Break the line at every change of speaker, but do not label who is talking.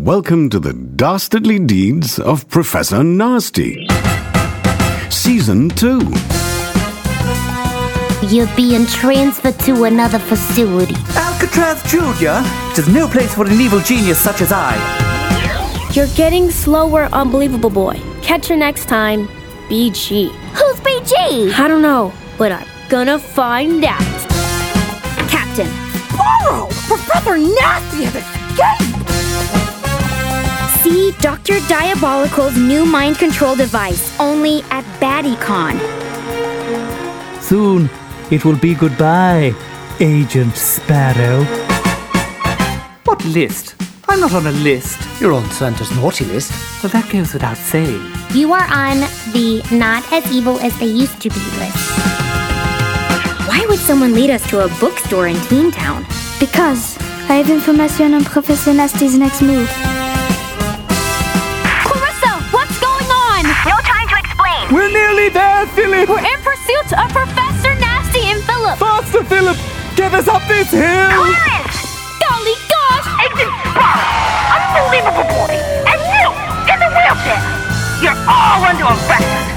Welcome to the Dastardly Deeds of Professor Nasty. Season 2.
You're being transferred to another facility.
Alcatraz Junior? It is no place for an evil genius such as I.
You're getting slower, unbelievable boy. Catch you next time, BG.
Who's BG?
I don't know, but I'm gonna find out. Captain,
Borrow! Professor Nasty has escaped!
See Dr. Diabolical's new mind control device only at BattyCon.
Soon it will be goodbye, Agent Sparrow. What list? I'm not on a list.
You're on Santa's naughty list.
Well, that goes without saying.
You are on the not as evil as they used to be list.
Why would someone lead us to a bookstore in Teen Town?
Because I have information on Professor Nasty's next move.
Clarissa, what's going on?
No time to explain.
We're nearly there, Philip!
We're in pursuit of Professor Nasty and Philip!
Faster, Philip! Get us up this hill!
Clarence!
Golly gosh!
Agent Sparrow! Unbelievable boy! And you! In the wheelchair! You're all under arrest!